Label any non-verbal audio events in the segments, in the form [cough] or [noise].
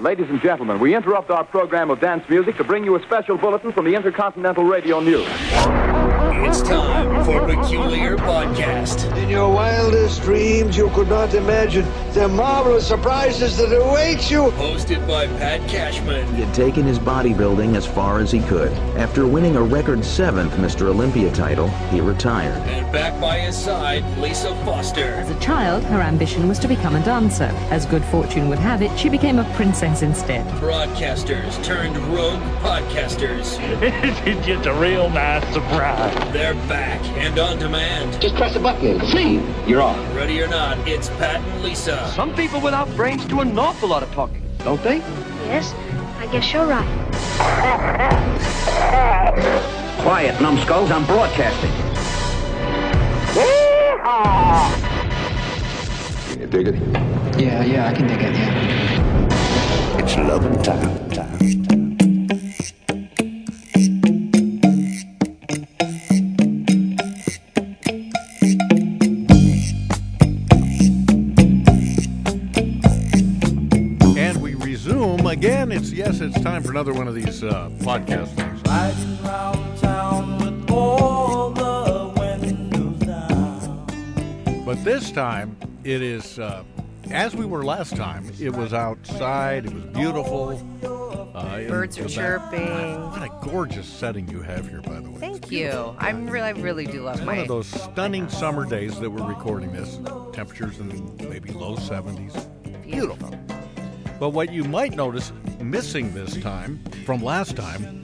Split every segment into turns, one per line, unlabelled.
Ladies and gentlemen, we interrupt our program of dance music to bring you a special bulletin from the Intercontinental Radio News.
It's time for Peculiar Podcast.
In your wildest dreams, you could not imagine the marvelous surprises that await you.
Hosted by Pat Cashman.
He had taken his bodybuilding as far as he could. After winning a record seventh Mr. Olympia title, he retired.
And back by his side, Lisa Foster.
As a child, her ambition was to become a dancer. As good fortune would have it, she became a princess instead.
Broadcasters turned rogue podcasters.
[laughs] it's just a real nice surprise.
They're back and on demand.
Just press a button. See, you're on.
Ready or not, it's Pat and Lisa.
Some people without brains do an awful lot of talking.
Don't they?
Yes, I guess you're right.
Quiet, numbskulls. I'm broadcasting.
Can you dig it?
Yeah, yeah, I can dig it, yeah.
It's love time. time.
And we resume again. It's yes, it's time for another one of these uh, podcast things. But this time it is uh, as we were last time. It was outside. It was beautiful. Uh, in
Birds are
the back-
chirping.
What a gorgeous setting you have here, by the way.
Thank you. I'm really, I really do love
It's one
my.
of those stunning summer days that we're recording this. Temperatures in the maybe low 70s. Beautiful. But what you might notice missing this time from last time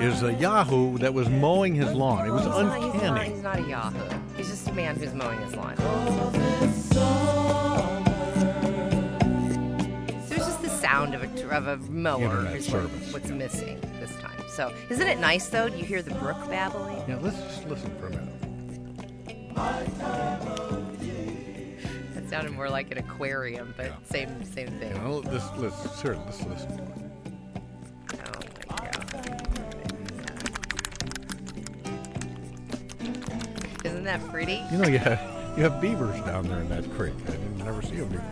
is a Yahoo that was mowing his lawn. It was
He's not, he's, not,
uncanny.
he's not a Yahoo. He's just a man who's mowing his lawn. So it's just the sound of a of a mower
Internet
is
service,
what's
yeah.
missing this time. So isn't it nice though? You hear the brook babbling.
Yeah, let's just listen for a minute.
That sounded more like an aquarium, but same same thing.
You know, this, let's, here, let's listen to it.
Oh my god. Isn't that pretty?
You know, you have, you have beavers down there in that creek. I didn't never see them before.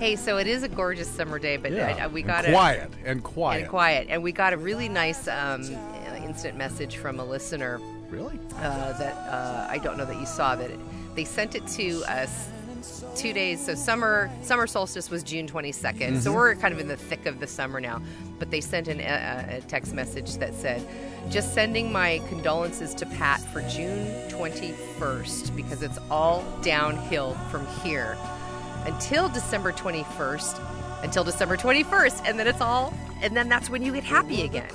Hey, so it is a gorgeous summer day, but
Yeah,
I, I- we
and
got a
quiet and quiet.
and quiet, and we got a really nice um, uh, instant message from a listener
Really?
uh, that uh, I don't know that you saw that it, they sent it to us two days. So summer summer solstice was June 22nd, so we're kind of in the thick of the summer now. But they sent an, uh, a, a text message that said, "Just sending my condolences to Pat for June 21st because it's all downhill from here until December 21st, until December 21st, and then it's all." And then that's when you get happy again.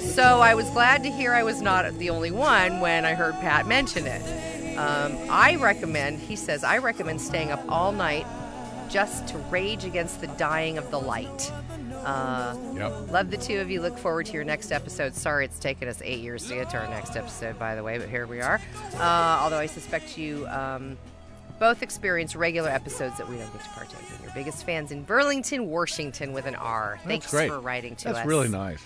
So I was glad to hear I was not the only one when I heard Pat mention it. Um, I recommend, he says, I recommend staying up all night just to rage against the dying of the light. Uh,
Yep.
love the two of you. Look forward to your next episode. Sorry it's taken us eight years to get to our next episode, by the way, but here we are. Uh, although I suspect you. Um, both experience regular episodes that we don't get to partake in. Your biggest fans in Burlington, Washington, with an R. Thanks
That's great.
for writing to
That's
us.
really nice.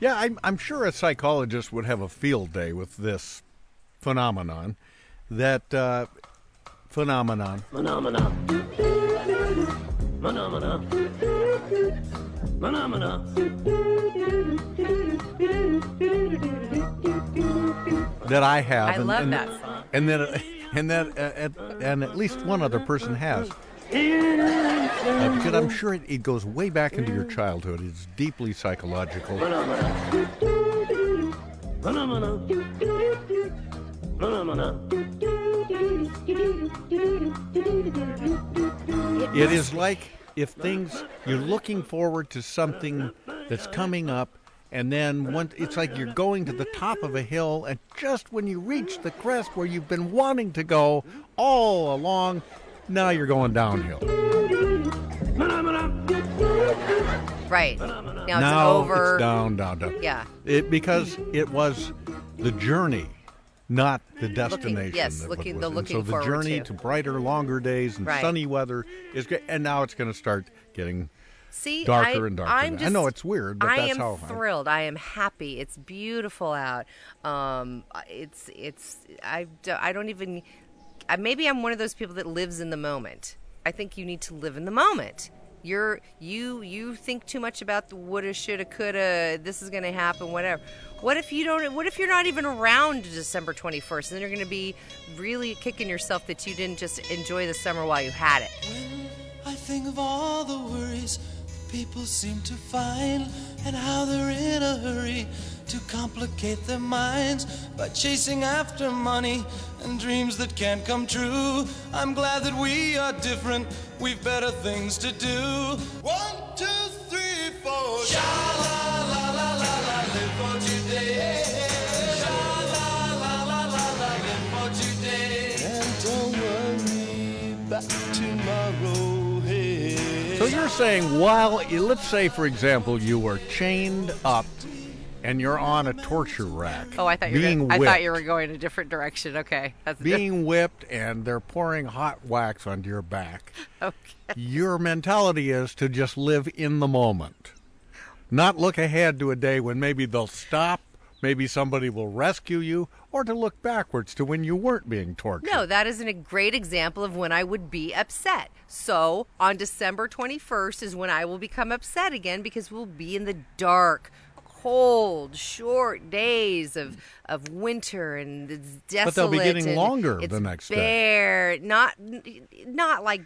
Yeah, I'm, I'm sure a psychologist would have a field day with this phenomenon. That uh, phenomenon.
Phenomena. Phenomena. Phenomena.
that I have.
I love
and,
that song.
And then, and then, uh, at, and at least one other person has. Uh, because I'm sure it, it goes way back into your childhood. It's deeply psychological.
Phenomena. Phenomena.
It is like if things you're looking forward to something that's coming up, and then once it's like you're going to the top of a hill, and just when you reach the crest where you've been wanting to go all along, now you're going downhill.
Right. Now it's
now
over.
it's down, down, down.
Yeah.
It because it was the journey not the destination.
yes,
that
looking-
was
the
it.
looking
So the
forward
journey
to.
to. brighter, longer days and
Right.
sunny weather is great. And now it's going to start getting
See,
darker
I,
and darker.
I'm just,
I know it's weird, but
I
that's
am
how. I-
thrilled. I am happy. It's beautiful out. Um, it's it's. I do- I don't even. I- Maybe I'm one of those people that lives in the moment. I think you need to live in the moment. You're you you think too much about the woulda, shoulda, coulda. This is going to happen, whatever. What if you don't? What if you're not even around December 21st, and then you're going to be really kicking yourself that you didn't just enjoy the summer while you had it.
I think of all the worries that people seem to find and how they're in a hurry to complicate their minds by chasing after money and dreams that can't come true. I'm glad that we are different. We've better things to do. One, two, three, four. Sha la la la la la live for today. Sha la la la la la live for today. And don't worry about tomorrow. Hey.
So you're saying while let's say for example you were chained up and you're on a torture rack.
Oh, I thought you were
being
gonna, I thought
whipped.
you were going a different direction. Okay, that's
being whipped and they're pouring hot wax onto your back.
[laughs] Okay.
Your mentality is to just live in the moment, not look ahead to a day when maybe they'll stop, maybe somebody will rescue you, or to look backwards to when you weren't being tortured.
No, that is an- a great example of when I would be upset. So on December 21st is when I will become upset again because we'll be in the dark, cold, short days of of winter and it's desolate.
But they'll be getting
and
longer the
it's
next day.
bare, Not not like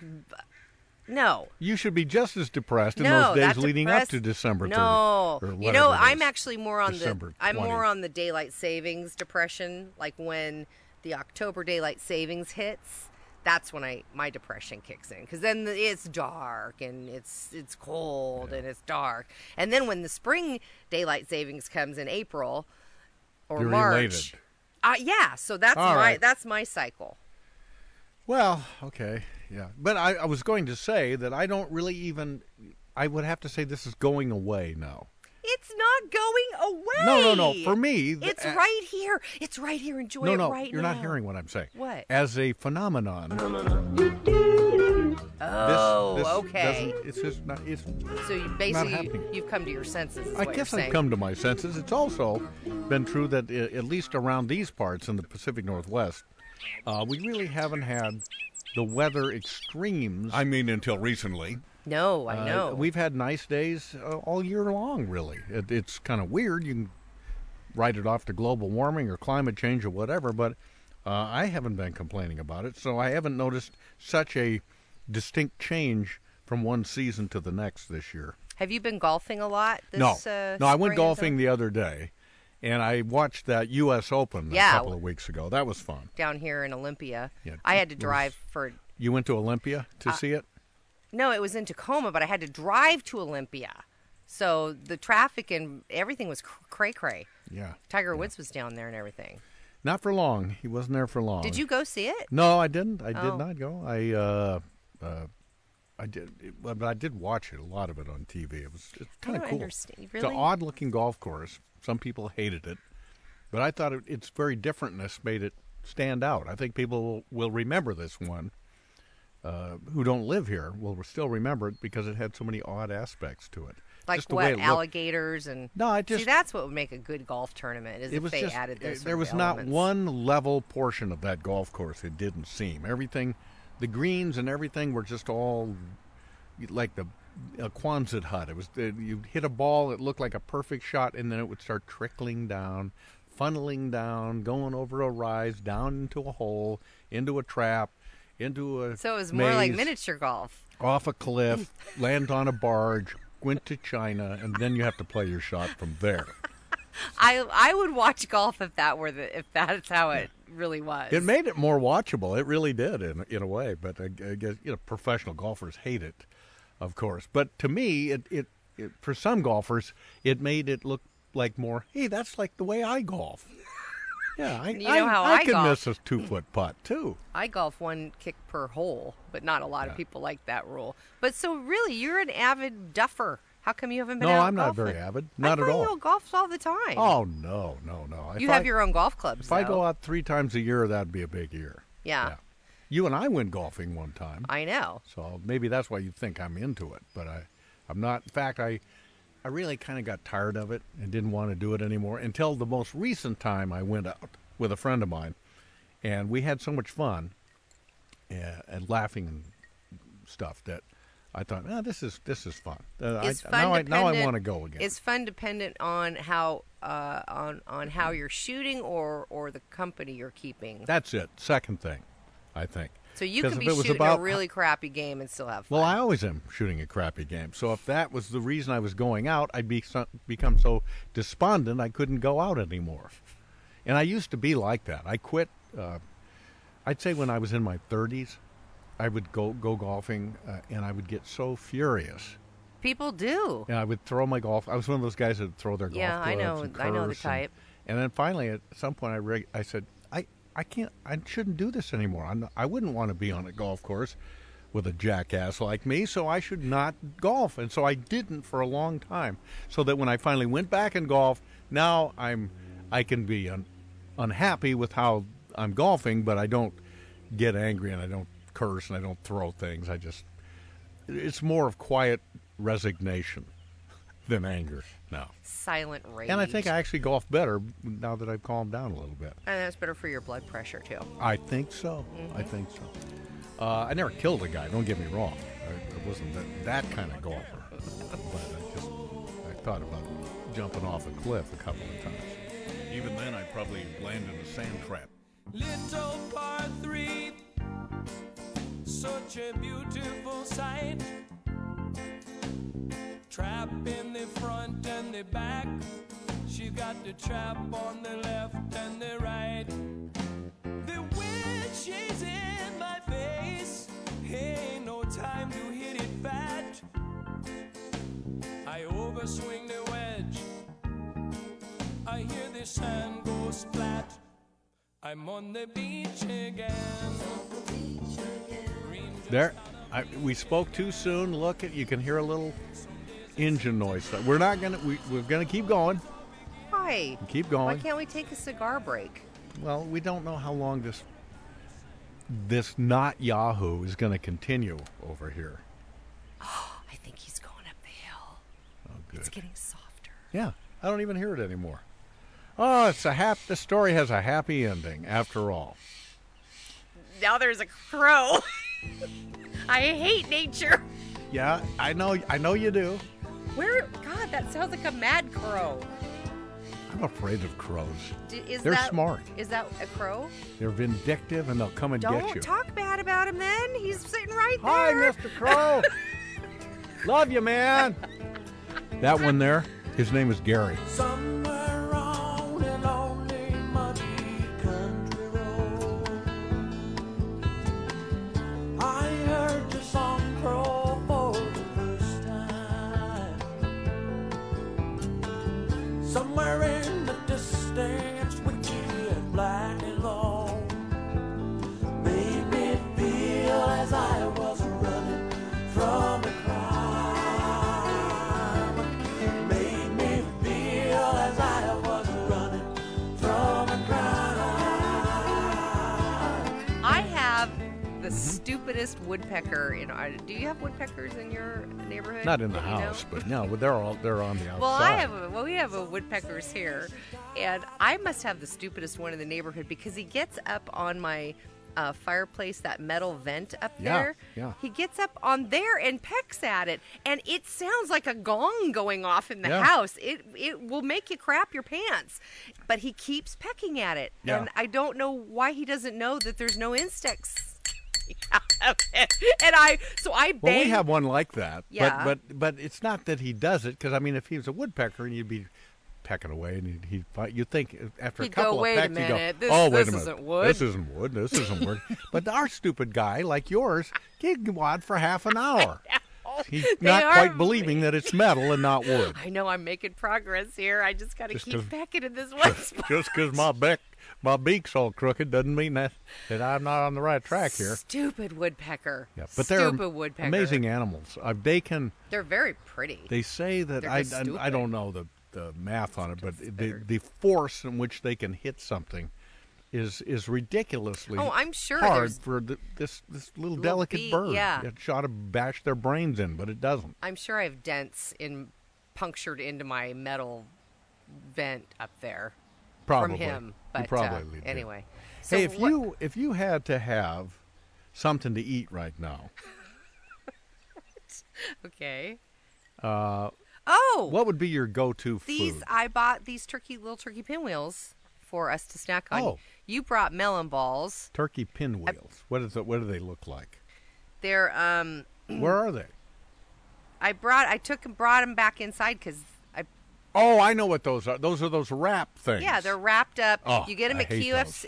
no.
You should be just as depressed in
no,
those days
that's
leading up
depressed.
to December 30th.
No,
or
you know
whatever it
I'm
is.
actually more on
December
the I'm
20th.
more on the daylight savings depression. Like when the October daylight savings hits, that's when I my depression kicks in because then the, it's dark and it's it's cold and it's dark. And then when the spring daylight savings comes in April or
You're
March,
elated.
uh, yeah. So that's
All
my
right.
that's my cycle.
Well, okay, yeah, but I, I was going to say that I don't really even. I would have to say this is going away now.
It's not going away.
No, no, no. For me, th-
it's
uh,
right here. It's right here. Enjoy
no,
it
no,
right
you're
now.
not hearing what I'm saying.
What?
As a phenomenon.
Oh,
this
okay.
doesn't- It's just not. It's.
So you basically
happening.
you've come to your senses. Is
I
what
guess
you're
I've
saying.
come to my senses. It's also been true that i- at least around these parts in the Pacific Northwest, uh, we really haven't had the weather extremes. I mean, until recently.
No, I
Uh,
know.
we've had nice days uh, all year long, really. It, it's kind of weird. You can write it off to global warming or climate change or whatever, but uh, I haven't been complaining about it, so I haven't noticed such a distinct change from one season to the next this year.
Have you been golfing a lot? This,
no,
uh,
no, I
spring
went
and
golfing
summer?
the other day, and I watched that U.S. Open
Yeah.
a couple of weeks ago. That was fun.
down here in Olympia.
Yeah,
I had to
it was-
drive for.
You went to Olympia
Uh,
to see it?
No, it was in Tacoma, but I had to drive to Olympia. So the traffic and everything was cr- cray cray.
Yeah.
Tiger Woods was down there and everything.
Not for long. He wasn't there for long.
Did you go see it?
No, I didn't. I
Oh.
did not go. I uh, uh, I did, it, but I did watch it. A lot of it on TV. It was it's kind of
don't
cool.
Oh, understand-
It's an
really?
odd looking golf course. Some people hated it, but I thought it, it's very different, and this made it stand out. I think people will, will remember this one. Uh, who don't live here will still remember it because it had so many odd aspects to it.
Like
Just the way
what?
it looked.
Alligators and
No, I
see
just-
that's what would make a good golf tournament is
It
if
was
they
just
added
it-
those.
there was not one level portion of that golf course. It didn't seem everything, the greens and everything were just all like the a Quonset hut. It was uh, you hit a ball, it looked like a perfect shot, and then it would start trickling down, funneling down, going over a rise, down into a hole, into a trap, into a
So it was more like
maze
miniature golf.
off a cliff, [laughs] land on a barge, went to China, and then you have to play your shot from there.
I I would watch golf if that were the if that's how it really was.
It made it more watchable. It really did, in in a way. But I, I guess you know, professional golfers hate it, of course. But to me, it, it it for some golfers, it made it look like more. Hey, that's like the way
[laughs]
I golf. Yeah, I,
You know how I
can
golf.
miss a two foot putt too.
I golf one kick per hole, but not a lot of people like that rule. But so really, you're an avid duffer. How come you haven't been
No,
out
I'm not
golfing?
very avid. Not
I
at
thought
all.
You all golfed all the time.
Oh no, no, no.
you
If
have
I-
your own golf clubs.
If I
though.
go out three times a year, that'd be a big year.
yeah,
You and I went golfing one time.
I know.
So maybe that's why you think I'm into it, but I, I'm not. In fact, I, I really kind of got tired of it and didn't want to do it anymore until the most recent time I went out with a friend of mine, and we had so much fun, and, and laughing and stuff that I thought, oh, this is this is fun. Uh,
Is
I,
fun
now I now I
dependent-
want to go again.
Is fun dependent on how uh, on on how
Mm-hmm.
you're shooting or or the company you're keeping?
That's it. Second thing, I think.
so you
'Cause
can
if
be
it was
shooting
about-
a really crappy game and still have fun.
Well, I always am shooting a crappy game. So if that was the reason I was going out, I'd be so, become so despondent I couldn't go out anymore. And I used to be like that. I quit. Uh, I'd say when I was in my 30s, I would go go golfing, uh, and I would get so furious.
People do.
And I would throw my golf. I was one of those guys that would throw their golf
Yeah, I
clubs
know-
and
I know the
curse
type.
And, and then finally, at some point, I re- I said, I, I can't, I shouldn't do this anymore. I'm not, I wouldn't want to be on a golf course with a jackass like me, so I should not golf. And so I didn't for a long time. So that when I finally went back and golf, now I'm, I can be un, unhappy with how I'm golfing, but I don't get angry and I don't curse and I don't throw things. I just it's more of quiet resignation than anger now.
Silent rage.
And I think I actually golf better now that I've calmed down a little bit.
And that's better for your blood pressure too.
I think so. I
Mhm.
think so. Uh, I never killed a guy. Don't get me wrong. I, I wasn't that, that kind of golfer. But I just I thought about jumping off a cliff a couple of times. Even then, I probably landed a sand trap.
Little par three, such a beautiful sight. Trap in the front and the back. She got the trap on the left and the right. The wind she's in my face. Ain't no time to hit it fat. I overswing the wedge. I hear the sand go splat. I'm on the beach again.
There, I, we spoke too soon. Look, at you can hear a little engine noise. We're not gonna. We, we're gonna keep going.
Hi.
Keep
Why
going.
can't we take a cigar break?
Well, we don't know how long this this not Yahoo is gonna continue over here.
I think he's going up the hill.
Oh, good.
It's getting softer.
Yeah, I don't even hear it anymore. Oh, it's a hap. The story has a happy ending after all.
Now there's a crow. [laughs] I hate nature.
Yeah, I know. I know you do.
Where? God, that sounds like a mad crow.
I'm afraid of crows.
D- Is
They're
that,
smart.
Is that a crow?
They're vindictive, and they'll come and
Don't
get you.
talk bad about him then. He's sitting right
Hi,
there.
Mr. Crow. Love you, man. That one there, his name is Gary.
Somewhere on a lonely, muddy country road, I heard the song crow for the first time. Somewhere in the distance, witchy and black and long, made me feel as I was running from a crime made me feel as I was running from a crowd.
I have
Mm-hmm.
the stupidest woodpecker in our. Do you have woodpeckers in your neighborhood?
Not in the
that you know?
house, but no, but they're all they're on the outside.
Well, I have. A, well, we have a woodpeckers here, and I must have the stupidest one in the neighborhood because he gets up on my uh, fireplace, that metal vent up
Yeah,
there.
yeah.
He gets up on there and pecks at it, and it sounds like a gong going off in the
Yeah.
house. It it will make you crap your pants, but he keeps pecking at it,
Yeah.
and I don't know why he doesn't know that there's no insects. [laughs] out of it. and I so I bang.
Well, we have one like that.
Yeah.
But but but it's not that he does it because I mean, if he was a woodpecker and you'd be pecking away and he'd, he'd fight, you'd think uh, after
He'd
a
go,
couple
"Wait a
of pecks, you'd
minute,
go,
this-
"Oh, wait
this
a minute,
isn't wood."
this isn't wood, this isn't
[laughs]
wood." but our stupid guy, like yours, he'd go out for half an hour. He's
They
not
are-
quite believing that it's metal and
[laughs]
not wood.
I know I'm making progress here. I just got to
Just
keep
to-
packing in this one spot.
Just because my back my beak's all crooked doesn't mean that that I'm not on the right track here.
Stupid woodpecker.
Yeah, but they're
Stupid woodpecker.
amazing animals. Uh, they can.
They're very pretty.
They say that
They're
I,
just
I I
stupid.
don't know the the math on it, but the the force in which they can hit something is is ridiculously
Oh, I'm sure
hard
there's-
for the, this this little,
Little
delicate
bee,
bird.
yeah.
It ought to bash their brains in, but it doesn't.
I'm sure I have dents in punctured into my metal vent up there.
Probably.
From him.
You
But uh,
probably did.
anyway.
hey, if you if you had to have something to eat right now,
Okay.
uh,
Oh!
what would be your go-to
These
food?
I bought these turkey little turkey pinwheels for us to snack on.
Oh.
You brought melon balls.
Turkey pinwheels. What is it? What do they
[clears throat]
look like?
They're um
Where are they?
I brought I took and brought them back inside cuz I
Oh, I know what those are. Those are those wrap things.
Yeah, they're wrapped up.
Oh,
you get them
I
at
hate
QFC.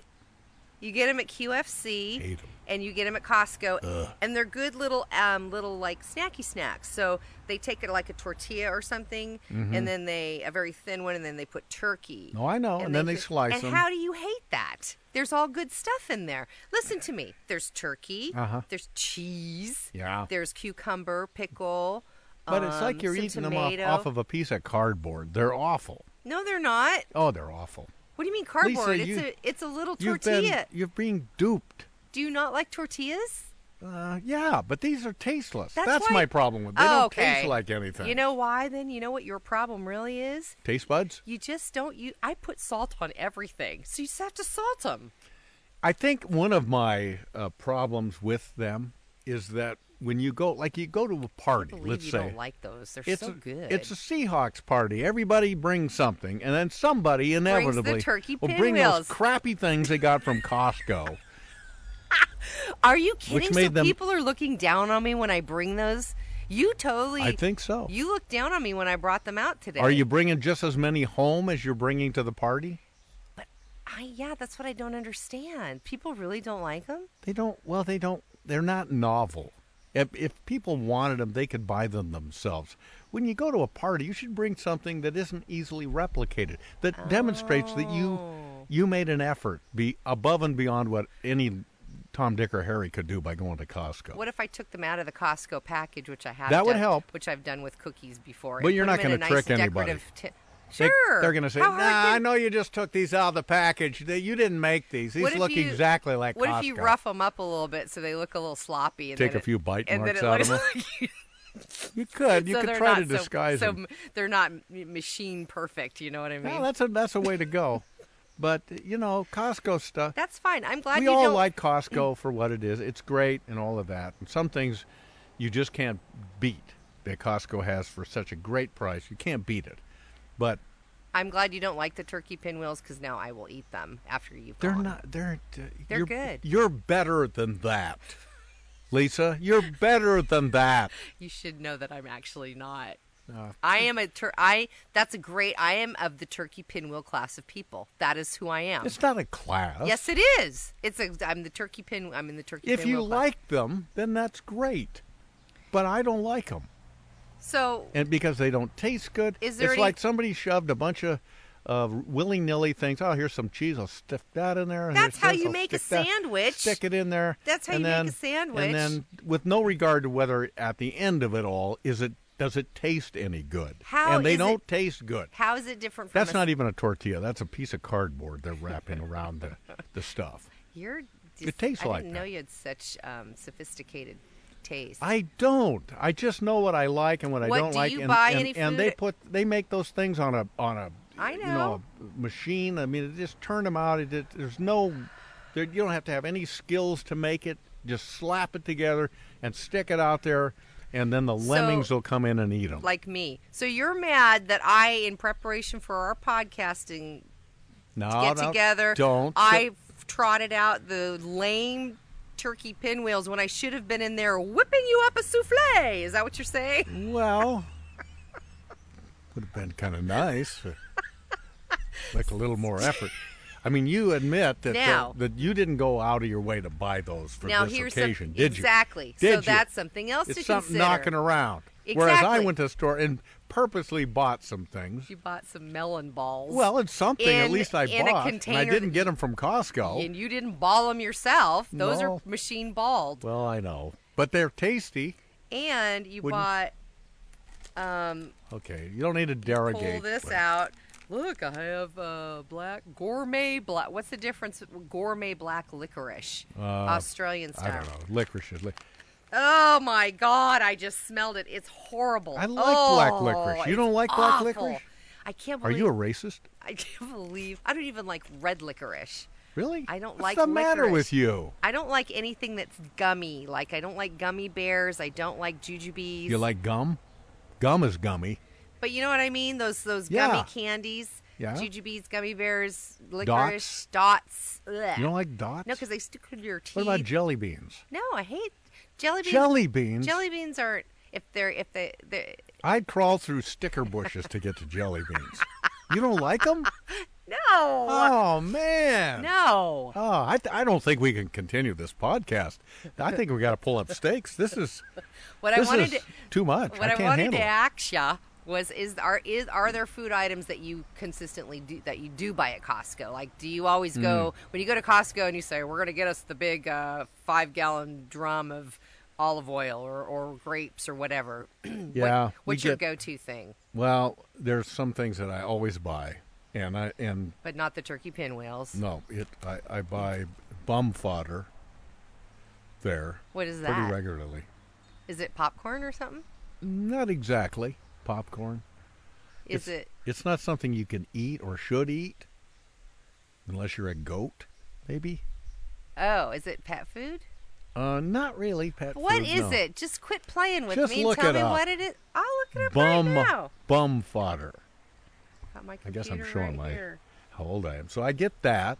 You get them at QFC.
Hate 'em.
And you get them at Costco,
Ugh.
and they're good little, um, little like snacky snacks. So they take it like a tortilla or something,
Mhm.
and then they a very thin one, and then they put turkey.
No, I know. And, then they,
put-
slice
and
them.
how do you hate that? There's all good stuff in there. Listen to me. There's turkey.
Uh-huh.
There's cheese.
Yeah.
There's cucumber, pickle.
But it's
um,
like you're
some
eating
tomato.
them off, off of a piece of cardboard. They're awful.
No, they're not.
Oh, they're awful.
What do you mean cardboard?
Lisa,
it's
you-
a it's a little
You've
tortilla.
been you're being duped.
Do you not like tortillas?
Uh, yeah, but these are tasteless.
That's
That's,
why-
my problem with. They
Oh,
don't
okay.
taste like anything.
You know why then? You know what your problem really is?
taste buds.
You just don't you I put salt on everything. So you just have to salt them.
I think one of my uh, problems with them is that when you go, like you go to a party,
believe
let's
you
say,
don't like those. They're
it's
so
a-
good.
It's a Seahawks party. Everybody brings something, and then somebody
the
inevitably
turkey
will bring those
pinwheels.
crappy things they got from Costco.
Are you kidding?
made
so
them-
people are looking down on me when I bring those? You totally
I think so.
You looked down on me when I brought them out today.
Are you bringing just as many home as you're bringing to the party?
I yeah, that's what I don't understand. People really don't like them?
They don't. Well, they don't. They're not novel. If, if people wanted them, they could buy them themselves. When you go to a party, you should bring something that isn't easily replicated, that demonstrates that you
Oh.
you made an effort be above and beyond what any Tom, Dick, or Harry could do by going to Costco.
What if I took them out of the Costco package, which I have
That would
done-
help.
which I've done with cookies before.
But
and
you're
put
not
'em in a
gonna
nice
trick anybody.
decorative ti-
They-
sure,
they're going to say,
How
"Nah,
hard
I know you just took these out of the package. They- You didn't make these. These
What if
look
you-
exactly like
What
Costco."
if you rough them up a little bit so they look a little sloppy? And
Take
then
a few
it,
bite
and
marks
then it
out of
looks
'em.
like-
You could. You
so
could
they're
try
not
to
so-
disguise
so,
them.
m- They're not m- machine perfect. You know what I mean?
Well, that's a that's a way
[laughs]
to go. But you know, Costco stuff.
That's fine. I'm glad
we
you
all
don't. Mm.
like Costco for what it is. It's great and all of that. And some things you just can't beat that Costco has for such a great price. You can't beat it. But
I'm glad you don't like the turkey pinwheels because now I will eat them after you.
they're not. They're
They're
you're,
good.
You're better than that, Lisa. You're better than that.
You should know that I'm actually not.
Uh,
I am a tur- I. That's a great. I am of the turkey pinwheel class of people. That is who I am.
it's not a class.
Yes, it is. It's a. I'm the turkey pin. I'm in the turkey.
If you
pinwheel class.
like them, then that's great. But I don't like them.
so
and because they don't taste good.
Is there
it's
any-
like somebody shoved a bunch of uh, willy nilly things. Oh, here's some cheese. I'll stick that in there.
That's
Here's
how
this.
you
I'll
make a
stick that-
sandwich.
Stick it in there.
That's how
and
you make a
then-
sandwich.
And then, with no regard to whether at the end of it all is it does it taste any good?
How
and they
is it-
don't taste good.
how is it different from
That's
a-
not even a tortilla. That's a piece of cardboard they're wrapping around the, the stuff.
You're.
It tastes
I
like
didn't know you had such um, sophisticated taste.
I don't. I just know what I like and what,
What
I don't
do
like.
you
and,
buy
and,
any
and they
food-
put they make those things on a on a
I
you know a machine. I mean, it just turn them out. It, it, there's no there, you don't have to have any skills to make it. Just slap it together and stick it out there, and then the lemmings will come in and eat them.
like me. So you're mad that I, in preparation for our podcasting
no,
get
no,
together,
Don't.
I trotted out the lame turkey pinwheels when I should have been in there whipping you up a souffle. Is that what you're saying?
Well, would have been kind of nice. uh, like a little more effort. I mean, you admit that
Now-
that you didn't go out of your way to buy those for
now
this
here's
occasion,
some,
did you?
exactly.
Did
so
you?
that's something else
it's
to
something
consider.
knocking around. Whereas I
Exactly.
went to the store and purposely bought some things.
You bought some melon balls.
Well, it's something at
in-
least I
in
bought,
A
and
container
I didn't
that-
get them from Costco.
And you didn't ball them yourself. Those
No.
are machine balled.
well, I know, but they're tasty.
And you
Wouldn't-
bought. Um,
Okay, you don't need to
pull
derogate.
this out. Look, I have uh, black gourmet black. What's the difference? with Gourmet black licorice,
Uh,
Australian style.
I don't know. Licorice is. Li-
Oh my God! I just smelled it. It's horrible. Oh,
I like black licorice. You don't like black licorice?
I can't
Are
believe.
you a racist?
I can't believe. I don't even like red licorice.
Really?
I don't
What's
like.
the matter
licorice.
with you?
I don't like anything that's gummy. Like I don't like gummy bears. I don't like jujubes.
You like gum? Gum is gummy.
But you know what I mean? Those those
Yeah.
gummy candies.
Yeah.
Jujubes, gummy bears, licorice, dots. Ugh.
You don't like dots?
No, because they stick in your teeth.
What about jelly beans?
No, I hate jelly beans.
Jelly beans?
Jelly beans aren't if they're if they they
I'd crawl through sticker bushes to get to jelly beans. You don't like
[laughs]
them?
no.
Oh man.
No.
Oh, I, I don't think we can continue this podcast. I think we got to pull up stakes. This is
[laughs] What
this
I wanted
is
to,
too much.
what
I
I,
can't
wanted
handle.
to
it.
ask ya was is are is are there food items that you consistently do that you do buy at Costco? Like, do you always go
Mm.
when you go to Costco and you say we're going to get us the big uh, five gallon drum of olive oil or, or grapes or whatever? [clears throat] What-
Yeah, we
what's your
get-
go to thing?
Well, there's some things that I always buy, and I and
But not the turkey pinwheels.
no, it I, I buy bum fodder there.
What is
Pretty
that?
regularly.
Is it popcorn or something?
Not exactly popcorn.
Is
It's-
it
It's not something you can eat or should eat, unless you're a goat, maybe.
oh? Is it pet food?
Uh, not really pet
What
food,
is
no.
it? Just quit playing with
Just
me. and
look
Tell
it
me
up.
what it is. I'll look it up
Bum
right now.
bum fodder.
Got my
I guess I'm
computer
showing
right
my
here.
how old I am. So I get that.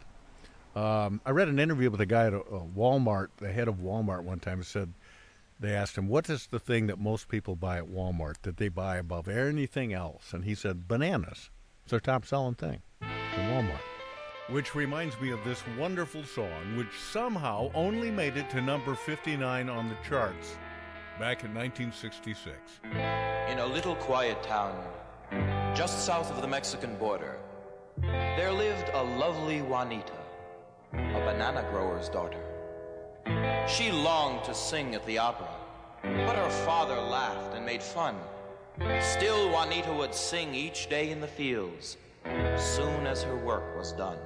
Um, I read an interview with a guy at a, a Walmart, the head of Walmart, one time. Said they asked him, "What is the thing that most people buy at Walmart that they buy above anything else?" And he said, "Bananas. It's their top selling thing at Walmart." Which reminds me of this wonderful song, which somehow only made it to number 59 on the charts back in 1966.
In a little quiet town, just south of the Mexican border, there lived a lovely Juanita, a banana grower's daughter. She longed to sing at the opera, but her father laughed and made fun. Still, Juanita would sing each day in the fields, soon as her work was done.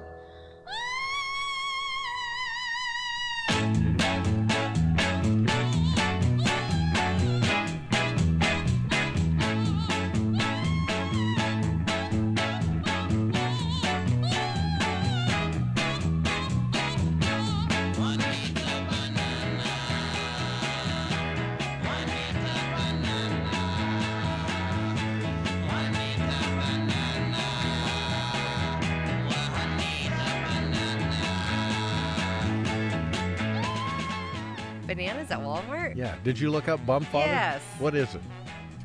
Bananas at Walmart?
Yeah. Did you look up bum fodder?
Yes.
What is it?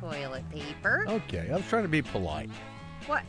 Toilet paper?
Okay. I was trying to be polite.
What?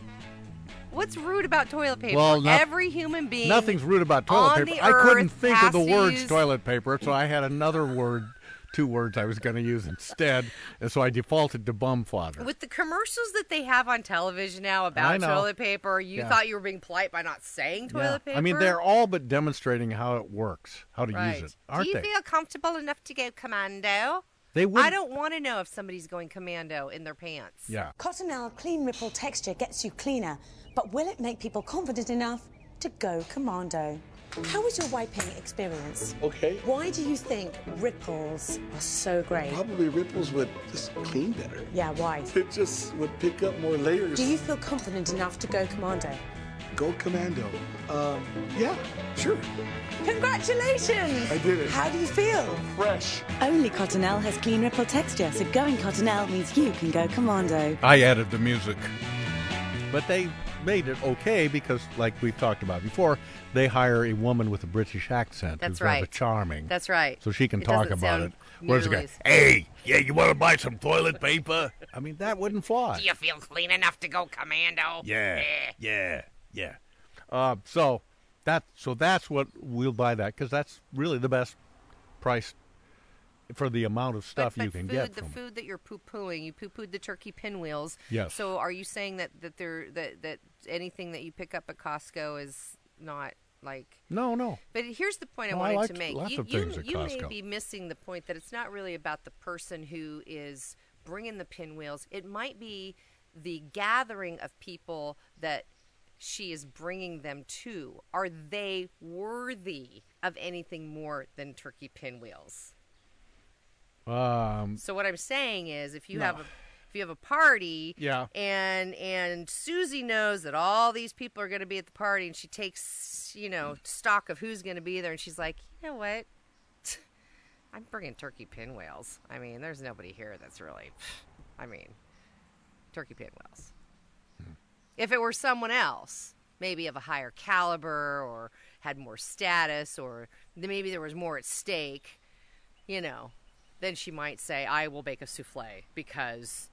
What's rude about toilet paper?
Well, not-
Every human being.
Nothing's rude about toilet
on
paper.
the
I couldn't
earth
think of the
has to
words
use-
toilet paper, so I had another word, two words I was going to use instead, and so I defaulted to bum fodder.
With the commercials that they have on television now about
know.
toilet paper, you
Yeah.
thought you were being polite by not saying toilet
Yeah.
paper?
I mean, they're all but demonstrating how it works, how to
right.
use it, aren't
Do you
they?
feel comfortable enough to go commando?
They wouldn't-
I don't want to know if somebody's going commando in their pants.
Yeah.
Cottonelle Clean Ripple Texture gets you cleaner, but will it make people confident enough to go commando? How was your wiping experience? Okay. Why do you think ripples are so great?
Probably ripples would just clean better.
Yeah, why?
It just would pick up more layers.
Do you feel confident enough to go commando?
Go commando. Um, yeah, sure.
Congratulations!
I did it.
How do you feel?
Fresh.
Only Cottonelle has clean ripple texture, so going Cottonelle means you can go commando.
I added the music. But they made it okay because, like we've talked about before, they hire a woman with a British accent
That's
who's rather
right.
charming.
That's right.
So she can
It
talk
doesn't
about it.
sound
Where's the
nearly
guy?
as-
Hey, yeah, you want to buy some toilet paper? I mean, that wouldn't fly.
Do you feel clean enough to go commando?
Yeah,
Eh.
yeah, yeah. Uh, so that so that's what we'll buy that because that's really the best price for the amount of stuff
but
you can
food,
get
the
from it.
food that you're poo pooing, you poo pooed the turkey pinwheels.
Yes.
So are you saying that that there that that anything that you pick up at Costco is not like?
No, no.
But here's the point I
Oh, I
wanted to
liked
make.
lots
you
of
you-
things at
you may
Costco.
be missing the point that it's not really about the person who is bringing the pinwheels. It might be the gathering of people that she is bringing them to. Are they worthy of anything more than turkey pinwheels?
Um,
So what I'm saying is, if you
No.
have a if you have a party,
Yeah.
and and Susie knows that all these people are going to be at the party, and she takes you know stock of who's going to be there, and she's like, you know what, [laughs] I'm bringing turkey pinwheels. I mean, there's nobody here that's really, I mean, turkey pinwheels. If it were someone else, maybe of a higher caliber or had more status or th- maybe there was more at stake, you know, then she might say, I will bake a souffle because,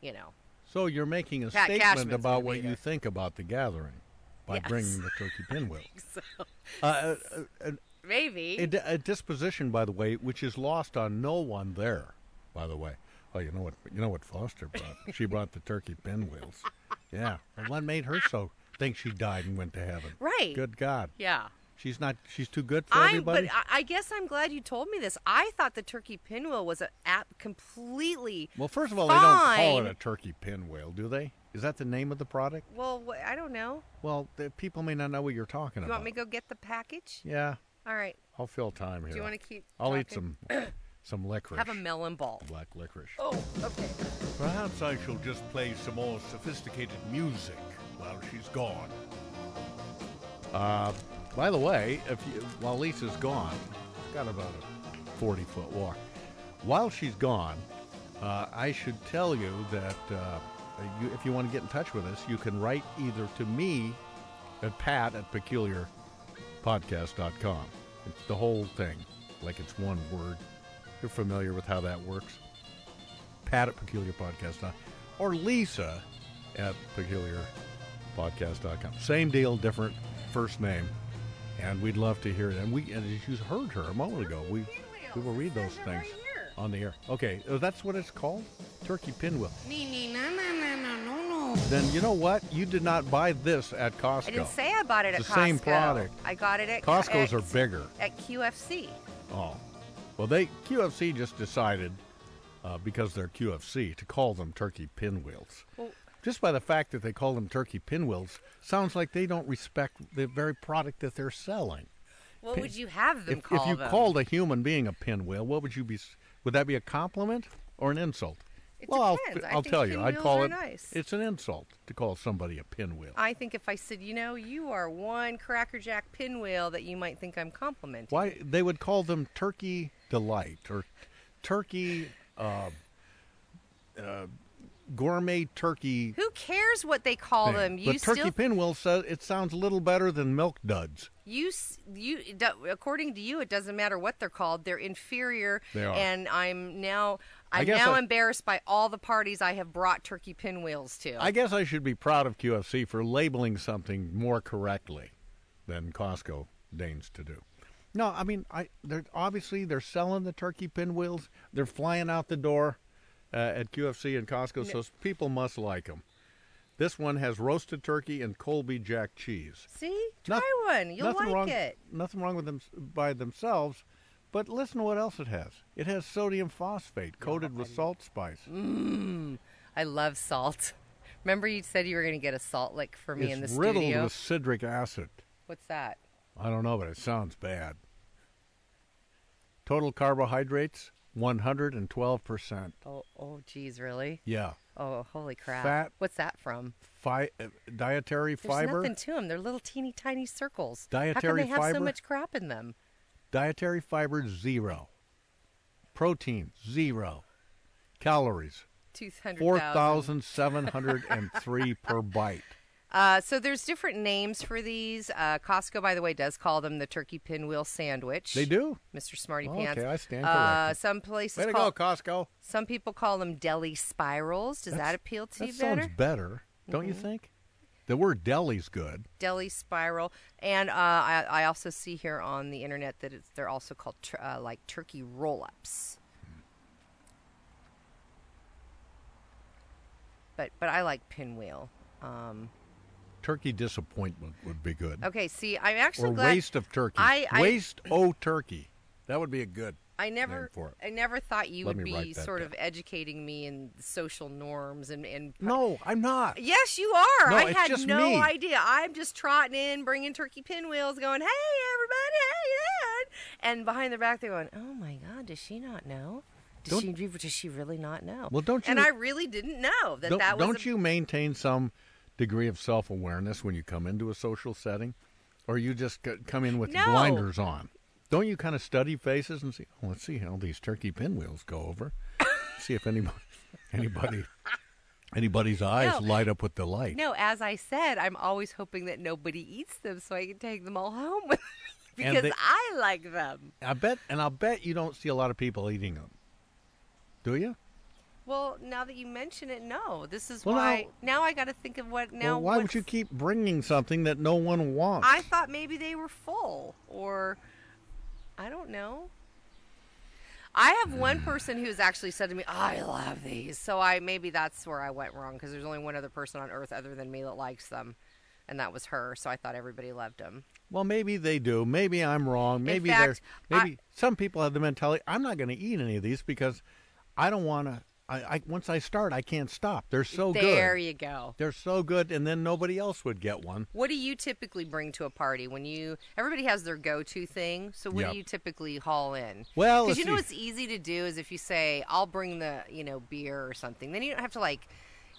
you know,
So you're making a
Pat
statement
Cashman's gonna
about
be
what you think about the gathering by
Yes.
bringing
[laughs]
the turkey pinwheel.
so
Uh, uh, uh,
maybe.
a, di- a disposition, by the way, which is lost on no one there. By the way, oh, you know what? You know what Foster brought? she brought the turkey pinwheels. Yeah, and what made her so think she died and went to heaven?
Right.
Good God.
yeah.
She's not. She's too good for
I but uh,
everybody.
I, I guess I'm glad you told me this. I thought the turkey pinwheel was a app completely
well, first of all, they don't call
fine.
it a turkey pinwheel, do they? Is that the name of the product?
Well, wh- I don't know.
Well, the people may not know what you're talking
You
about.
want me to go get the package?
yeah,
All right.
I'll fill time here.
Do you want to keep?
I'll eat
talking?
some
[clears throat]
some licorice.
Have a melon ball.
black licorice.
Oh, okay.
Perhaps I shall just play some more sophisticated music while she's gone. Uh, by the way, if you, while Lisa's gone, got about a 40 foot walk. While she's gone, uh, I should tell you that uh, you, if you want to get in touch with us, you can write either to me at pat at peculiarpodcast.com. It's the whole thing, like it's one word. You're familiar with how that works. Pat at peculiarpodcast.com or Lisa at peculiarpodcast.com. Same deal, different first name. And we'd love to hear it. And we, and as you heard her a moment ago, we we will read those things on the air. Okay, oh, that's what it's called, turkey pinwheel. Then you know what? You did not buy this at Costco.
I didn't say I bought it
It's
at
the
Costco.
same product.
I got it at at,
Costco's are bigger.
At QFC.
Oh, well, they QFC just decided uh, because they're QFC to call them turkey pinwheels.
Well-
just by the fact that they call them turkey pinwheels sounds like they don't respect the very product that they're selling.
What
Pin-
would you have them
if,
call
if you
them?
called a human being a pinwheel, what would you be? s- Would that be a compliment or an insult?
It
well,
depends. I
I'll, I'll
think
tell you. I'd
pinwheels
call
are
it.
nice.
It's an insult to call somebody a pinwheel.
I think if I said, you know, you are one Cracker Jack pinwheel, that you might think I'm complimenting.
Why they would call them turkey delight or turkey uh, uh, gourmet turkey
Who cares what they call
thing.
them? You
but
still
turkey pinwheel says it sounds a little better than milk duds.
You, s- you, it do- according to you, it doesn't matter what they're called. They're inferior.
They are.
And I'm now,
I
I'm
guess
now
I-
embarrassed by all the parties I have brought turkey pinwheels to.
I guess I should be proud of QFC for labeling something more correctly than Costco deigns to do. No, I mean, I they're obviously they're selling the turkey pinwheels. They're flying out the door uh, at QFC and Costco, so people must like them. This one has roasted turkey and Colby Jack cheese.
See, try
Noth-
one. You'll
nothing
like
wrong,
it.
Nothing wrong with them by themselves, but listen to what else it has. It has sodium phosphate coated with salt spice.
Mmm, I love salt. [laughs] Remember, you said you were going to get a salt lick for me
it's
in the
riddled
studio.
with citric acid.
What's that?
I don't know, but it sounds bad. Total carbohydrates, 112%.
Oh, oh, geez, really?
Yeah.
Oh, holy crap!
Fat.
What's that from?
Fi- uh, dietary
There's
fiber.
nothing to them. They're little teeny tiny circles. How can
Dietary
they have so
fiber?
much crap in them?
Dietary fiber, zero. Protein, zero. Calories,
Two hundred [laughs]
4,703 per bite.
Uh, so there's different names for these. Uh, Costco, by the way, does call them the turkey pinwheel sandwich.
They do? Oh,
Mr. Smarty
Okay,
Pants.
I stand
Uh,
corrected.
some places
Way to
call
go, Costco.
Some people call them deli spirals. Does that
That's-
appeal to
that
you better?
sounds better, don't you
Mhm.
think? The word deli's good.
deli spiral and uh, I, I also see here on the internet that it's, they're also called tur- uh, like turkey roll-ups but but i like pinwheel um,
Turkey disappointment would be good.
okay see i'm actually
or
glad
waste of turkey.
i, I
waste o turkey. That would be a good.
I
name
never,
for it.
I never thought you
Let
would
me write
be
that
sort of educating me in social norms and, and
No, I'm not.
Yes, you are.
No,
I
it's
had
just
no
me.
idea. I'm just trotting in, bringing turkey pinwheels, going, "Hey, everybody, how you doing?" And behind their back, they're going, "Oh my God, does she not know? Does she? Does she really not know?"
Well, don't
And
you-
I really didn't know that
don't
that was.
don't
a-
you maintain some degree of self awareness when you come into a social setting, or you just c- come in with
No.
blinders on? Don't you kind of study faces and see? Oh, let's see how these turkey pinwheels go
[laughs]
over. see if anybody, anybody, anybody's eyes
No.
light up with delight.
No, as I said, I'm always hoping that nobody eats them so I can take them all home [laughs] with me
And
because
they-
I like them.
I bet, and I'll bet you don't see a lot of people eating them. Do you?
Well, now that you mention it, no. This is
Well,
why now, I got to think of what now.
well, why
what's-
would you keep bringing something that no one wants?
I thought maybe they were full or I don't know. I have
[sighs]
one person who's actually said to me, "I love these." So I maybe that's where I went wrong because there's only one other person on earth other than me that likes them, and that was her. So I thought everybody loved them.
Well, maybe they do. Maybe I'm wrong. Maybe
fact,
they're
I-
maybe some people have the mentality I'm not going to eat any of these because I don't want to. I, I once I start, I can't stop. They're so
there
Oh, good.
you go.
They're so good, and then nobody else would get one.
What do you typically bring to a party when you? Everybody has their go-to thing. So what
Yep.
do you typically haul in?
Well,
because
let's
you know
see.
what's easy to do is if you say, "I'll bring the you know beer or something," then you don't have to like.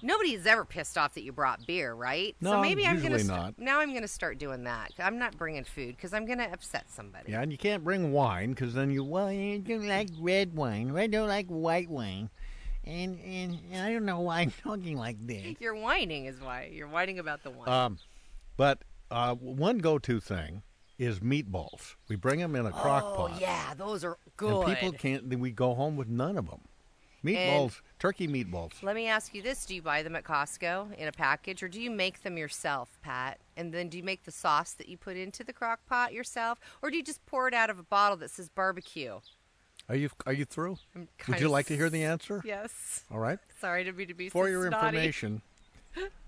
Nobody's ever pissed off that you brought beer, right?
No,
so maybe I'm gonna
usually
sta-
not.
now I'm gonna start doing that. I'm not bringing food because I'm gonna upset somebody.
Yeah, and you can't bring wine because then you well you don't like red wine. I don't like white wine, and and I don't know why I'm talking like
[laughs]
this.
You're whining is why you're whining about the wine.
Um, but uh, one go-to thing is meatballs. We bring them in a crock
oh
pot.
yeah, those are
And
good.
people can't. then We go home with none of them. Meatballs, turkey meatballs.
Let me ask you this: Do you buy them at Costco in a package, or do you make them yourself, Pat? And then do you make the sauce that you put into the crock pot yourself, or do you just pour it out of a bottle that says barbecue?
Are you are you through? Would
kinda
you like to hear the answer?
Yes.
All right.
Sorry to be to be
For
so
your
snotty. [laughs]
information,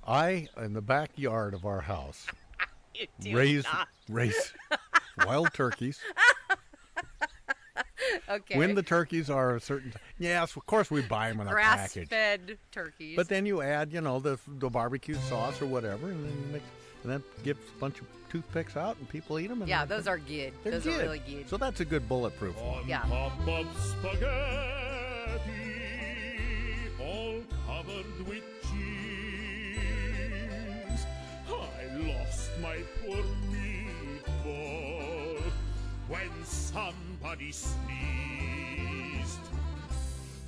I in the backyard of our house
[laughs] You do
raise
not. [laughs]
raise wild turkeys.
okay.
When the turkeys are a certain yes, of course we buy them in a package.
grass-fed turkeys.
But then you add, you know, the the barbecue sauce or whatever, and then you mix, and then give a bunch of toothpicks out, and people eat them. And
yeah, those are good.
they're
those
good.
are really good.
So that's a good bulletproof one.
yeah.
Pop spaghetti, all covered with cheese. I lost my poor meatball when somebody sneezed.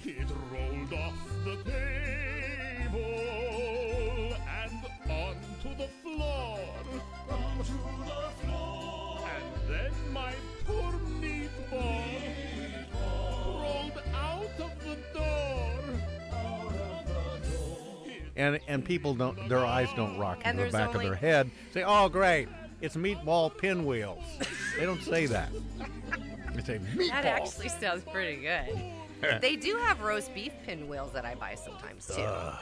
It rolled off the table and onto the floor. Onto the floor. And then my poor meatball, rolled out of the door.
and and people don't their eyes don't rock
And
into the
there's
back
only-
of their head. Say, "Oh, great, it's meatball pinwheels." they don't say
[laughs]
that. They say meatball.
That actually sounds pretty good. they do have roast beef pinwheels that I buy sometimes too.
Ugh.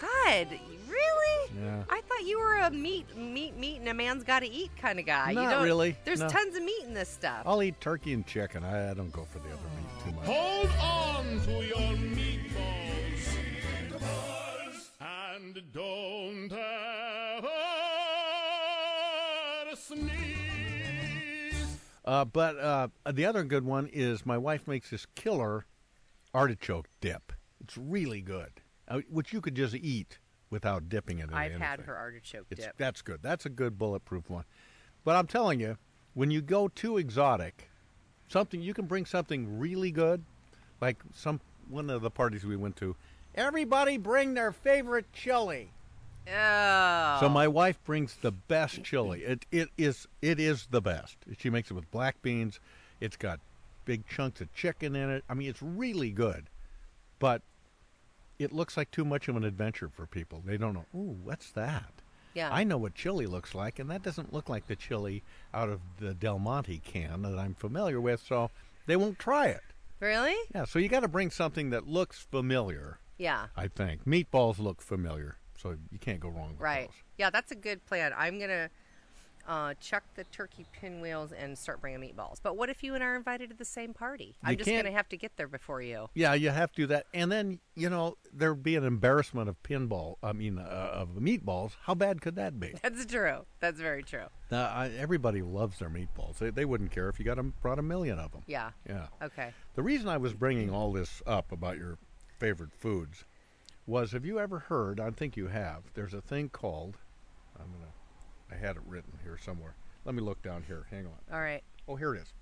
God, really?
Yeah.
I thought you were a meat, meat, meat, and a man's got to eat kind of guy. you
Not
don't,
really,
There's
no. Oh.
tons of meat in this stuff.
I'll eat turkey and chicken. I, I don't go for the other meat too much.
Hold on to your meatballs. And don't ever sneeze.
Uh, but uh, the other good one is my wife makes this killer artichoke dip. It's really good, uh, which you could just eat without dipping it in
I've had
anything.
her artichoke
It's,
dip.
That's good. That's a good bulletproof one. But I'm telling you, when you go too exotic, something you can bring something really good, like some one of the parties we went to. Everybody bring their favorite chili.
Oh.
So my wife brings the best chili. It it is it is the best. She makes it with black beans. It's got big chunks of chicken in it. I mean, it's really good. But it looks like too much of an adventure for people. They don't know. Ooh, what's that?
Yeah.
I know what chili looks like, and that doesn't look like the chili out of the Del Monte can that I'm familiar with, so they won't try it.
Really?
Yeah, so you got to bring something that looks familiar,
Yeah.
I think. Meatballs look familiar, so you can't go wrong with
Right. Yeah, that's a good plan. I'm gonna uh, chuck the turkey pinwheels and start bringing meatballs. But what if you and I are invited to the same party? I'm
You
just
can't-
gonna have to get there before you.
Yeah, you have to do that, and then you know there'd be an embarrassment of pinball. I mean, uh, of the meatballs. How bad could that be?
That's true. That's very true.
Now, I, everybody loves their meatballs. They, they wouldn't care if you got 'em- brought a million of them.
Yeah.
Yeah.
Okay.
The reason I was bringing all this up about your favorite foods was have you ever heard? I think you have. There's a thing called. I'm gonna. I had it written here somewhere. Let me look down here. Hang on.
All right.
Oh, here it is.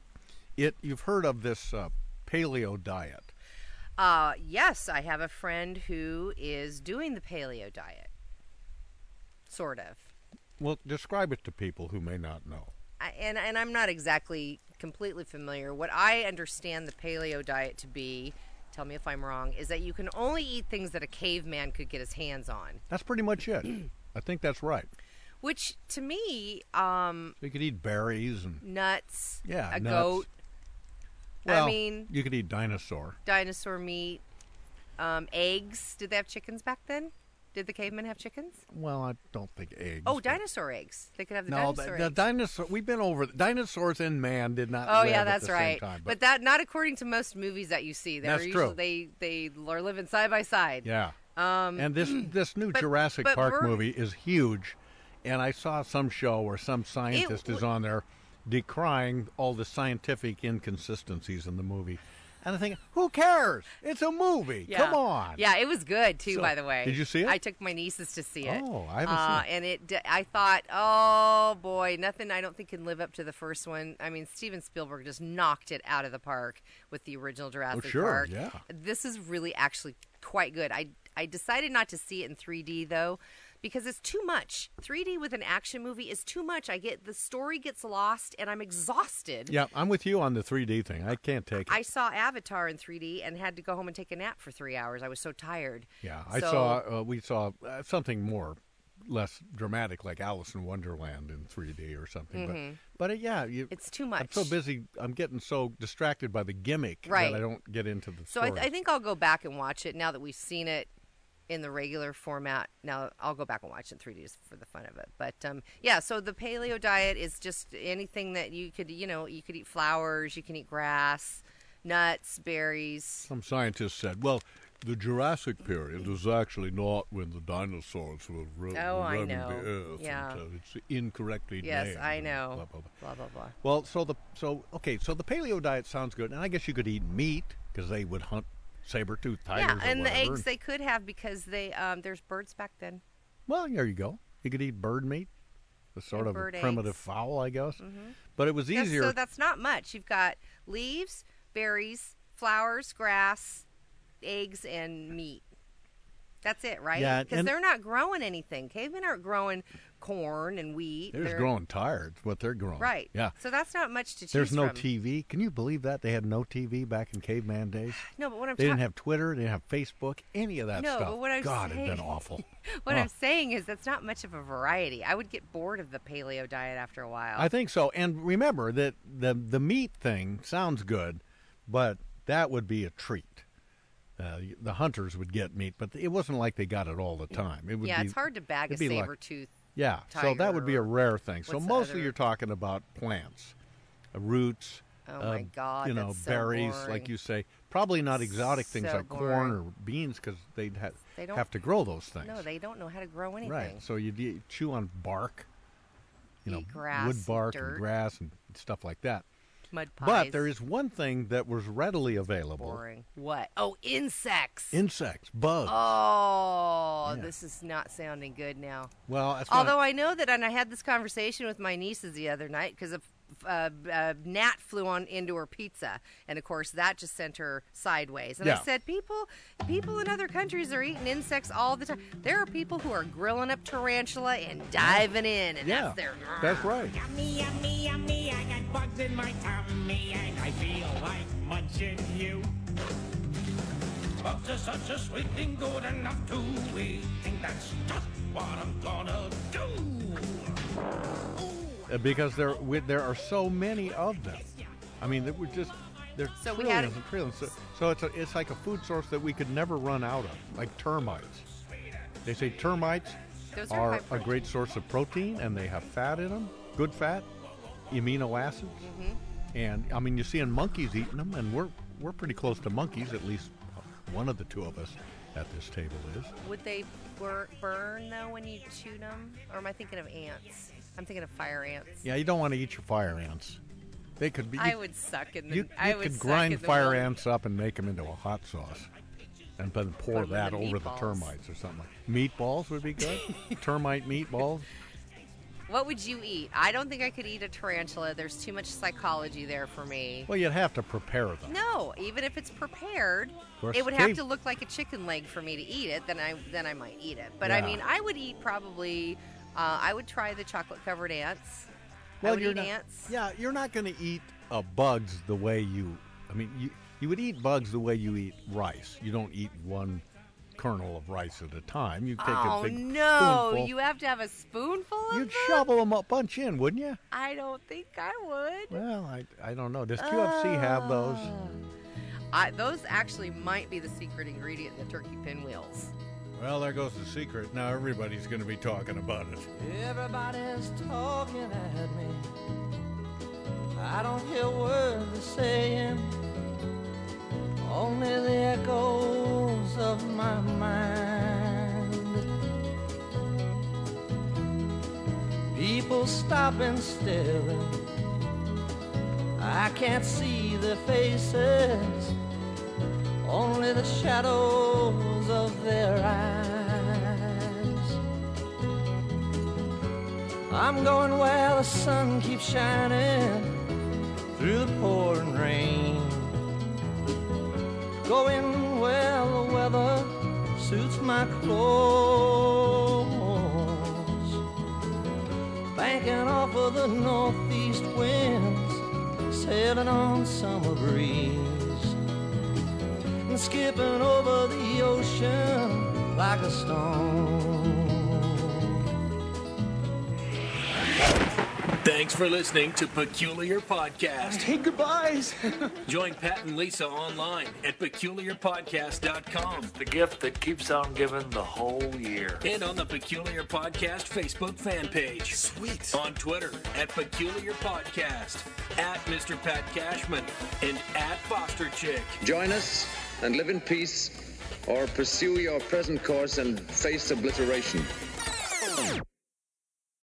It. You've heard of this uh, paleo diet?
Uh, yes, I have a friend who is doing the paleo diet. Sort of.
Well, describe it to people who may not know.
I, and and I'm not exactly completely familiar. What I understand the paleo diet to be, tell me if I'm wrong, is that you can only eat things that a caveman could get his hands on.
That's pretty much it. [clears throat] I think that's right.
Which to me, um,
So you could eat berries and
nuts,
yeah,
a
nuts.
goat,
Well,
I mean,
you could eat dinosaur.
dinosaur meat, um, eggs. Did they have chickens back then? Did the cavemen have chickens?
Well, I don't think eggs.
Oh, dinosaur eggs. They could have the
no, the,
dinosaur
the
eggs.
dinosaur. We've been over dinosaurs and man did not.
Oh
live
yeah,
at
that's
the same
right.
time,
but, that not according to most movies that you see. They're
That's
usually
true.
they they are living side by side.
yeah,
Um, [clears throat]
and this this new
but-
Jurassic
but
Park
we're-
movie is huge, and I saw some show where some scientist is
w-
on there decrying all the scientific inconsistencies in the movie, and I think, who cares? It's a movie.
Yeah.
Come on.
Yeah, it was good too.
So,
by the way,
did you see it?
I took my nieces to see it.
Oh, I haven't seen
uh,
it.
And it, d- I thought, oh boy, nothing. I don't think can live up to the first one. I mean, Steven Spielberg just knocked it out of the park with the original Jurassic
Oh, sure,
Park.
yeah.
This is really actually quite good. I I decided not to see it in 3D though. Because it's too much. 3D with an action movie is too much. I get the story gets lost, and I'm exhausted.
Yeah, I'm with you on the 3D thing. I can't take it.
I saw Avatar in 3D and had to go home and take a nap for three hours. I was so tired.
Yeah, I
So-
saw. Uh, we saw uh, something more, less dramatic, like Alice in Wonderland in 3D or something.
Mhm.
But, but uh, yeah, you,
It's too much.
I'm so busy. I'm getting so distracted by the gimmick
Right.
that I don't get into the
So I,
story.
I think I'll go back and watch it now that we've seen it in the regular format. Now I'll go back and watch it in 3D just for the fun of it. But um, yeah, so the paleo diet is just anything that you could, you know, you could eat flowers, you can eat grass, nuts, berries.
Some scientists said, well, the Jurassic period was actually not when the dinosaurs were ro-
Oh, I
roaming
know.
the earth.
Yeah.
And, uh, it's incorrectly
Yes,
named.
I
and
know.
blah, blah, blah.
Blah blah blah.
Well, so the so okay, so the paleo diet sounds good, and I guess you could eat meat because they would hunt saber-toothed
yeah,
tigers. or
and the
whatever.
eggs they could have because they um, there's birds back then.
Well, there you go. You could eat bird meat, the sort
And
of a
bird
primitive
eggs.
fowl, I guess.
Mhm.
But it was
That's-
easier.
so that's not much. You've got leaves, berries, flowers, grass, eggs, and meat. That's it, right?
Yeah,
because
and-
they're not growing anything. Cavemen aren't growing corn and wheat.
They're just growing tired. What they're growing.
Right.
Yeah.
So that's not much to choose
There's no
from.
TV. Can you believe that they had no TV back in caveman days?
No, but what I'm
they didn't
ta-
have Twitter. They didn't have Facebook. Any of that
No,
stuff.
but what I'm
God, it'd been
saying-
awful.
[laughs] What
Oh.
I'm saying is that's not much of a variety. I would get bored of the paleo diet after a while.
I think so. And remember that the the meat thing sounds good, but that would be a treat. Uh, y- the hunters would get meat, but it wasn't like they got it all the time. It would
yeah,
be-
it's hard to bag a
it'd be like-
saber tooth.
Yeah, so that would be a rare thing. So
what's the
mostly
other-
you're talking about plants, uh, roots.
Oh my
uh,
God,
You know,
that's so
berries, like
boring.
you say. Probably not exotic things
So
like corn
boring.
or beans because they'd ha-
They don't
have to grow those things.
No, they don't know how to grow anything.
Right. So you'd e- chew on bark, you know,
Eat grass
wood
and
bark
dirt.
and grass and stuff like that.
Mud pies.
But there is one thing that was readily available:
boring. What? Oh, insects.
insects, bugs.
Oh,
Yeah.
this is not sounding good now.
Well, that's why-
Although I know that, and I had this conversation with my nieces the other night because a, f- a- a gnat flew on into her pizza, and of course that just sent her sideways. And
Yeah.
I said, people, people in other countries are eating insects all the time. There are people who are grilling up tarantula and diving in, and
yeah,
that's their.
that's right.
Yummy, yummy, yummy, I got bugs in my tummy and I feel like munching you.
Bugs are such a sweet thing, good enough to eat. Think that's just what I'm gonna do.
Uh, because there we, there are so many of them. I mean, that were just there are
So we had-
trillions and trillions. So, so it's a, it's like a food source that we could never run out of, like termites. They say termites
Those are
are
high
a
protein.
great source of protein, and they have fat in them, good fat, amino acids,
Mhm.
and I mean, you're seeing monkeys eating them, and we're we're pretty close to monkeys, at least one of the two of us at this table is.
Would they bur- burn though when you chewed them? Or am I thinking of ants? I'm thinking of fire ants.
Yeah, you don't want to eat your fire ants. They could be.
I
you-
would suck in the.
You, you
I would
could
suck
grind
in the
fire
wool.
ants up and make them into a hot sauce, and
Put
then
'em
pour
in
that
the
over the
meatballs.
termites or something. like Meatballs would
[laughs]
be good. Termite meatballs.
What would you eat? I don't think I could eat a tarantula. There's too much psychology there for me.
Well, you'd have to prepare them.
No, even if it's prepared,
course,
it would have
Dave-
to look like a chicken leg for me to eat it. Then I then I might eat it. But I
Yeah.
mean, I would eat probably. Uh, I would try the chocolate covered ants. I
Well,
would
you're
eat
not-
ants.
Yeah, you're not going to eat uh, bugs the way you. I mean, you you would eat bugs the way you eat rice. You don't eat one kernel of rice at a time. You take
oh
a big
no!
spoonful.
You have to have a spoonful of.
You'd shovel them a bunch in, wouldn't you?
I don't think I would.
Well, I, I don't know. Does QFC have those?
Oh. I, those actually might be the secret ingredient in the turkey pinwheels.
Well, there goes the secret. Now everybody's going to be talking about it.
Everybody's talking at me. I don't hear words they're saying, only the echoes of my mind. People stopping staring. I can't see their faces, only the shadows of their eyes. I'm going where the sun keeps shining through the pouring rain. Going where the weather suits my clothes. Banking off of the northeast winds, sailing on summer breeze. And skipping over the ocean like a stone.
Thanks for listening to Peculiar Podcast. Hey, goodbyes. Join Pat and Lisa online at peculiarpodcast.com
The gift that keeps on giving the whole year.
and on the Peculiar Podcast Facebook fan page. Sweet. On Twitter at Peculiar Podcast, at Mr. Pat Cashman, and at Foster Chick.
Join us and live in peace, or pursue your present course and face obliteration.